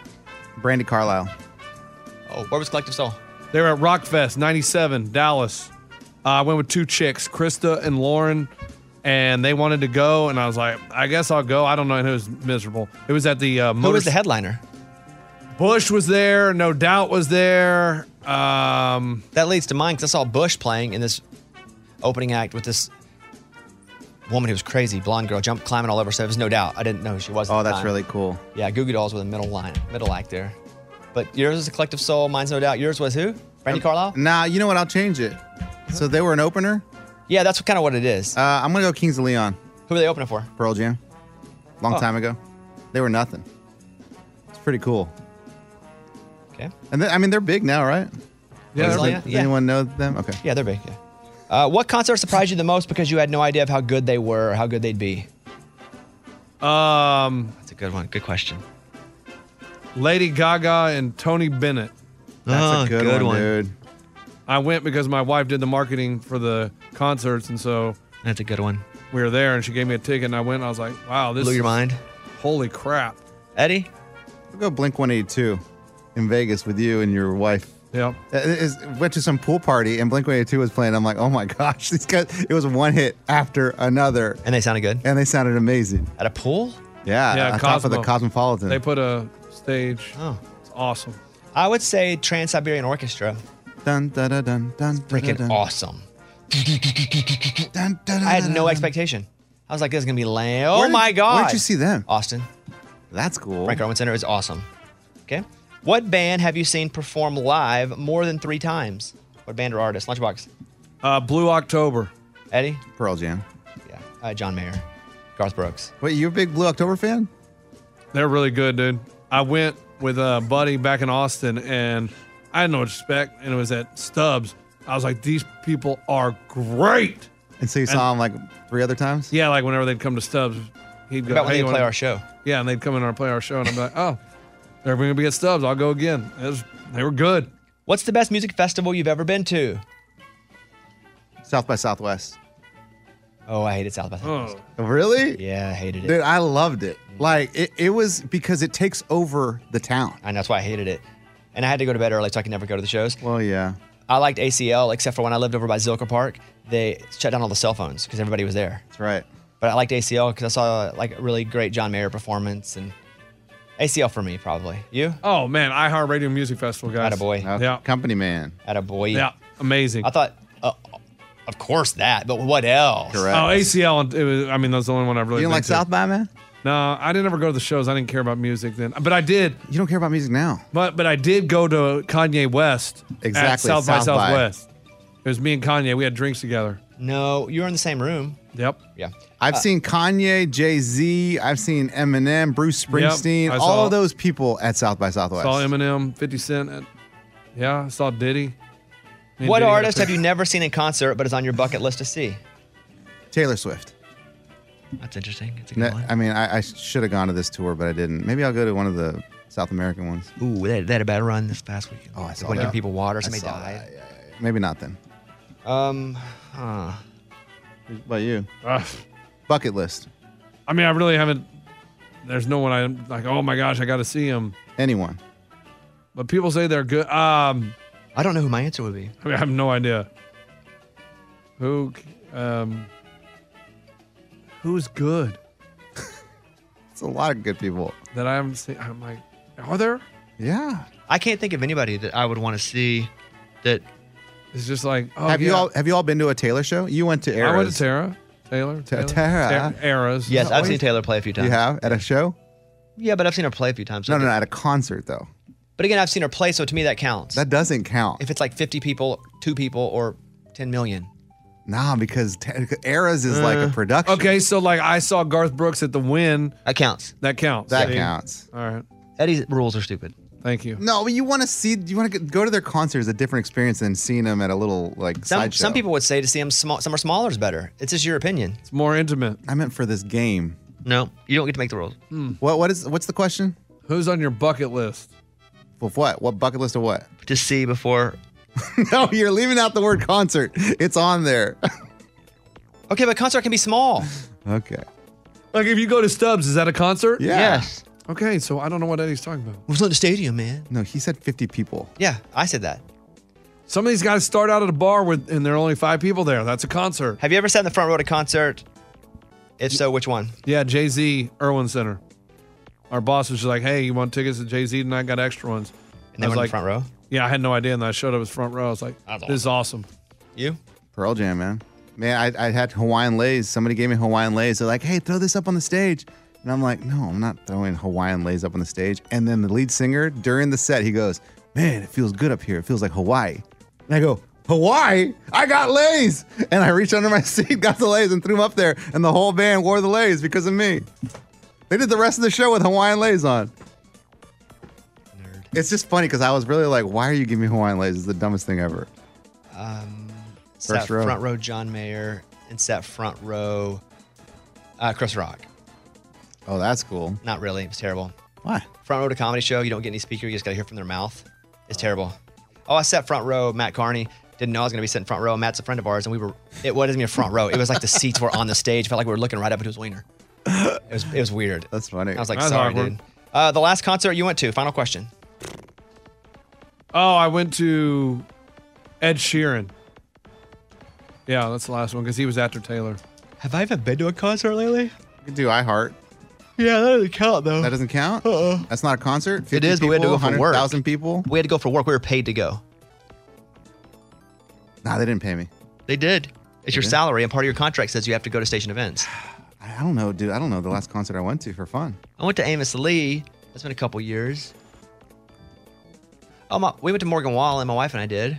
Speaker 3: Brandy Carlisle.
Speaker 1: Oh, where was Collective Soul?
Speaker 4: They were at Rockfest '97, Dallas. Uh, I went with two chicks, Krista and Lauren, and they wanted to go, and I was like, I guess I'll go. I don't know, and it was miserable. It was at the uh,
Speaker 1: Who was
Speaker 4: Motors-
Speaker 1: the headliner?
Speaker 4: Bush was there, no doubt was there. Um,
Speaker 1: That leads to mine because I saw Bush playing in this opening act with this woman who was crazy, blonde girl, jump climbing all over. So it was no doubt. I didn't know who she was. at
Speaker 3: Oh,
Speaker 1: the
Speaker 3: that's
Speaker 1: time.
Speaker 3: really cool.
Speaker 1: Yeah, Goo Goo Dolls with a middle line, middle act there. Um, But yours is a collective soul. Mine's no doubt. Yours was who? Brandy Carlisle.
Speaker 3: Nah, you know what? I'll change it. So they were an opener.
Speaker 1: Yeah, that's kind of what it is.
Speaker 3: Uh, I'm gonna go Kings of Leon,
Speaker 1: Who are they opening for?
Speaker 3: Pearl Jam. Long time ago, they were nothing. It's pretty cool.
Speaker 1: Okay.
Speaker 3: And then, I mean, they're big now,
Speaker 4: Yeah,
Speaker 3: right?
Speaker 1: Kings of
Speaker 4: they're-
Speaker 1: Leon?
Speaker 3: Does
Speaker 1: yeah.
Speaker 3: anyone know them? Okay.
Speaker 1: Yeah, they're big. Yeah. Uh, what concert surprised you the most because you had no idea of how good they were or how good they'd be?
Speaker 4: um,
Speaker 1: That's a good one. Good question.
Speaker 4: Lady Gaga and Tony Bennett.
Speaker 3: That's
Speaker 1: Oh,
Speaker 3: a good,
Speaker 1: good
Speaker 3: one,
Speaker 1: one.
Speaker 3: dude.
Speaker 4: I went because my wife did the marketing for the concerts, and so
Speaker 1: That's a good one.
Speaker 4: we were there, and she gave me a ticket, and I went, and I was like, "Wow, this
Speaker 1: Blew your
Speaker 4: is-
Speaker 1: mind,
Speaker 4: Holy crap!
Speaker 1: Eddie.
Speaker 3: We'll go Blink 182 in Vegas with you and your wife.
Speaker 4: Yep.
Speaker 3: Uh, it is- went to some pool party and Blink 182 was playing. I'm like, oh my gosh, these guys. It was one hit after another,
Speaker 1: And they sounded good
Speaker 3: and they sounded amazing.
Speaker 1: at a pool.
Speaker 3: Yeah,
Speaker 4: Yeah,
Speaker 3: on top of the
Speaker 4: Cosmo.
Speaker 3: Cosmopolitan.
Speaker 4: They put a stage.
Speaker 1: Oh.
Speaker 4: It's awesome.
Speaker 1: I would say Trans Siberian Orchestra.
Speaker 3: dun, dun, dun, dun, dun,
Speaker 1: Freaking awesome. I had no expectation. I was like, this is gonna be lame. Oh
Speaker 3: Where did-
Speaker 1: my god.
Speaker 3: Where'd you see them?
Speaker 1: Austin.
Speaker 3: That's cool.
Speaker 1: Frank Arwin Center is awesome. Okay. What band have you seen perform live more than three times? What band or artist? Lunchbox.
Speaker 4: Uh, Blue October.
Speaker 1: Eddie?
Speaker 3: Pearl Jam.
Speaker 1: Yeah. Uh, John Mayer. Garth Brooks.
Speaker 3: Wait, you a big Blue October fan?
Speaker 4: They're really good, dude. I went with a buddy back in Austin, and I had no respect, and it was at Stubbs. I was like, these people are great.
Speaker 3: And so you saw him like three other times.
Speaker 4: Yeah, like whenever they'd come to Stubbs, he'd go.
Speaker 1: How about when
Speaker 4: "Hey,
Speaker 1: they
Speaker 4: you
Speaker 1: play
Speaker 4: wanna-"
Speaker 1: our show?
Speaker 4: Yeah, and they'd come in and play our show, and I'm like, oh, they're going to be at Stubbs. I'll go again. It was, they were good.
Speaker 1: What's the best music festival you've ever been to?
Speaker 3: South by Southwest.
Speaker 1: Oh, I hated South by Southwest.
Speaker 4: Oh.
Speaker 3: Really?
Speaker 1: Yeah, I hated it.
Speaker 3: Dude, I loved it. Like it, it was because it takes over the town.
Speaker 1: And that's why I hated it. And I had to go to bed early so I could never go to the shows.
Speaker 3: Well, yeah.
Speaker 1: I liked ACL, except for when I lived over by Zilker Park. They shut down all the cell phones because everybody was there.
Speaker 3: That's right.
Speaker 1: But I liked ACL because I saw like a really great John Mayer performance and ACL for me probably. You?
Speaker 4: Oh man, iHeartRadio Music Festival, guys.
Speaker 1: Attaboy.
Speaker 3: Uh,
Speaker 4: Yeah.
Speaker 3: Company man.
Speaker 1: At a boy.
Speaker 4: Yeah, amazing.
Speaker 1: I thought, uh, of course that, but what else?
Speaker 3: Correct.
Speaker 4: oh, ACL. and It was, I mean, that's the only one I've really.
Speaker 3: You
Speaker 4: been
Speaker 3: don't like
Speaker 4: to.
Speaker 3: South by man?
Speaker 4: No, I didn't ever go to the shows. I didn't care about music then, but I did.
Speaker 3: You don't care about music now.
Speaker 4: But but I did go to Kanye West at
Speaker 3: Exactly,
Speaker 4: South, by
Speaker 3: South by.
Speaker 4: Southwest. It was me and Kanye. We had drinks together.
Speaker 1: No, you were in the same room.
Speaker 4: Yep.
Speaker 1: Yeah.
Speaker 3: I've seen Kanye, Jay Z. I've seen Eminem, Bruce Springsteen,
Speaker 4: I
Speaker 3: all
Speaker 4: saw-
Speaker 3: of those people at South by Southwest.
Speaker 4: Saw Eminem, Fifty Cent. At, yeah, I saw Diddy. Me and
Speaker 1: What
Speaker 4: Diddy got
Speaker 1: artist have
Speaker 4: to-
Speaker 1: you never seen in concert but is on your bucket list to see?
Speaker 3: Taylor Swift.
Speaker 1: That's interesting. It's a
Speaker 3: Ne- I mean, I, I should have gone to this tour, but I didn't. Maybe I'll go to one of the South American ones.
Speaker 1: Ooh, they, they had a bad run this past weekend.
Speaker 3: Oh, I saw
Speaker 1: Wouldn't
Speaker 3: that.
Speaker 1: give people water. Somebody
Speaker 3: saw
Speaker 1: died.
Speaker 3: Maybe not then.
Speaker 1: Um, huh.
Speaker 3: What about you?
Speaker 4: Ugh.
Speaker 3: Bucket list.
Speaker 4: I mean, I really haven't. There's no one I like. Oh my gosh, I got to see him.
Speaker 3: Anyone?
Speaker 4: But people say they're good. Um,
Speaker 1: I don't know who my answer would be.
Speaker 4: I mean, I have no idea. Who, um, who's good
Speaker 3: It's a lot of good people.
Speaker 4: that I haven't seen? I'm like, are there?
Speaker 3: Yeah.
Speaker 1: I can't think of anybody that I would want to see that
Speaker 4: It's just like, oh,
Speaker 3: have you
Speaker 4: yeah.
Speaker 3: all Have you all been to a Taylor show? You went to Eras.
Speaker 4: I went to Tara. Taylor. Taylor.
Speaker 3: Tara.
Speaker 4: Ta- Eras.
Speaker 1: Yes, I've seen
Speaker 3: always-
Speaker 1: Taylor play a few times.
Speaker 3: You have at a show?
Speaker 1: Yeah, but I've seen her play a few times.
Speaker 3: No, no, no. At a concert though.
Speaker 1: But again, I've seen her play, so to me that counts.
Speaker 3: That doesn't count.
Speaker 1: if it's like 50 people, two people, or 10 million.
Speaker 3: nah, because ta- Eras is like a production.
Speaker 4: Okay, so like I saw Garth Brooks at the win.
Speaker 1: That counts.
Speaker 4: That counts.
Speaker 3: That
Speaker 4: See?
Speaker 3: counts.
Speaker 4: All right.
Speaker 1: Eddie's rules are stupid.
Speaker 4: Thank you.
Speaker 3: No, but you want to see. You want to go to their concerts. A different experience than seeing them at a little like
Speaker 1: Some,
Speaker 3: sideshow.
Speaker 1: some people would say to see them small, some are smaller is better. It's just your opinion.
Speaker 4: It's more intimate.
Speaker 3: I meant for this game.
Speaker 1: No, you don't get to make the rules.
Speaker 3: What? What is? What's the question?
Speaker 4: Who's on your bucket list?
Speaker 3: With what? What bucket list of what?
Speaker 1: To see before.
Speaker 3: no, you're leaving out the word concert. It's on there.
Speaker 1: Okay, but concert can be small.
Speaker 3: okay.
Speaker 4: Like if you go to Stubbs, is that a concert?
Speaker 3: Yeah.
Speaker 1: Yes.
Speaker 4: Okay, so I don't know what Eddie's talking about.
Speaker 1: It was on the stadium, man.
Speaker 3: No, he said 50 people.
Speaker 1: Yeah, I said that.
Speaker 4: Some of these guys start out at a bar with, and there are only five people there. That's a concert.
Speaker 1: Have you ever sat in the front row at a concert? If so, which one?
Speaker 4: Yeah, Jay Z, Irwin Center. Our boss was just like, "Hey, you want tickets to Jay Z tonight? Got extra ones."
Speaker 1: And they
Speaker 4: I
Speaker 1: were
Speaker 4: was
Speaker 1: in
Speaker 4: like,
Speaker 1: the front row.
Speaker 4: "Yeah, I had no idea." And then I showed up as front row. I was like,
Speaker 1: That's
Speaker 4: "This is awesome."
Speaker 1: You?
Speaker 3: Pearl Jam, man. Man, I, I had Hawaiian Lays. Somebody gave me Hawaiian Lays. They're like, hey, throw this up on the stage. And I'm like, no, I'm not throwing Hawaiian Lays up on the stage. And then the lead singer during the set, he goes, man, it feels good up here. It feels like Hawaii. And I go, Hawaii, I got Lay's. And I reached under my seat, got the Lay's, and threw them up there. And the whole band wore the Lay's because of me. They did the rest of the show with Hawaiian Lay's on. It's just funny because I was really like, why are you giving me Hawaiian Lay's? It's the dumbest thing ever.
Speaker 1: Um,
Speaker 3: First
Speaker 1: sat
Speaker 3: row.
Speaker 1: front row John Mayer and sat front row uh, Chris Rock.
Speaker 3: Oh, that's cool.
Speaker 1: Not really. It was terrible.
Speaker 3: Why?
Speaker 1: Front row to comedy show, you don't get any speaker. You just got to hear from their mouth. It's terrible. Oh, I sat front row. Matt Carney didn't know I was going to be sitting front row. Matt's a friend of ours, and we were. It wasn't even a front row. It was like the seats were on the stage. Felt like we were looking right up into his wiener. It was. It was weird.
Speaker 3: That's funny.
Speaker 1: I was like,
Speaker 4: That's
Speaker 1: sorry,
Speaker 4: awkward.
Speaker 1: dude. Uh, the last concert you went to. Final question.
Speaker 4: Oh, I went to Ed Sheeran. Yeah, that's the last one because he was after Taylor.
Speaker 1: Have I even been to a concert lately?
Speaker 3: You can do iHeart.
Speaker 1: Yeah, that doesn't count though.
Speaker 3: That doesn't count. That's not a concert. 50
Speaker 1: is, but
Speaker 3: people,
Speaker 1: we had to go for work.
Speaker 3: 100,000 people.
Speaker 1: we had to go for work. We were paid to go.
Speaker 3: Nah, they didn't pay me.
Speaker 1: They did. It's your salary, and part of your contract says you have to go to station events.
Speaker 3: I I don't know, dude. I don't know the last concert I went to for fun.
Speaker 1: I went to Amos Lee. That's been a couple years. Oh, my, we went to Morgan Wall, and my wife and I did.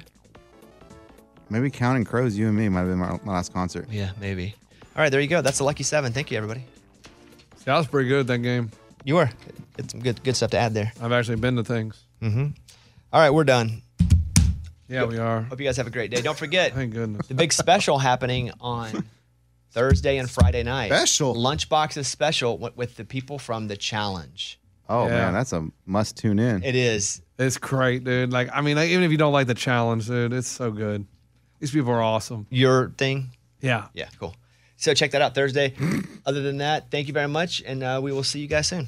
Speaker 3: Maybe Counting Crows, you and me might have been my, my last concert.
Speaker 1: Yeah, maybe. All right, there you go. That's the lucky seven. Thank you, everybody.
Speaker 4: That was pretty good that game.
Speaker 1: You were. It's some good, good stuff to add there.
Speaker 4: I've actually been to things.
Speaker 1: All right, we're done.
Speaker 4: Yeah, we are.
Speaker 1: Hope you guys have a great day. Don't forget
Speaker 4: Thank goodness.
Speaker 1: the big special happening on Thursday and Friday night.
Speaker 3: Special?
Speaker 1: Lunchbox is special wi- with the people from the challenge.
Speaker 3: Oh,
Speaker 4: Yeah.
Speaker 3: man, that's a must tune in.
Speaker 1: It is.
Speaker 4: It's great, dude. Like, I mean, like, even if you don't like the challenge, dude, it's so good. These people are awesome.
Speaker 1: your thing.
Speaker 4: Yeah.
Speaker 1: Yeah, cool. So check that out Thursday. Other than that, thank you very much, and uh, we will see you guys soon.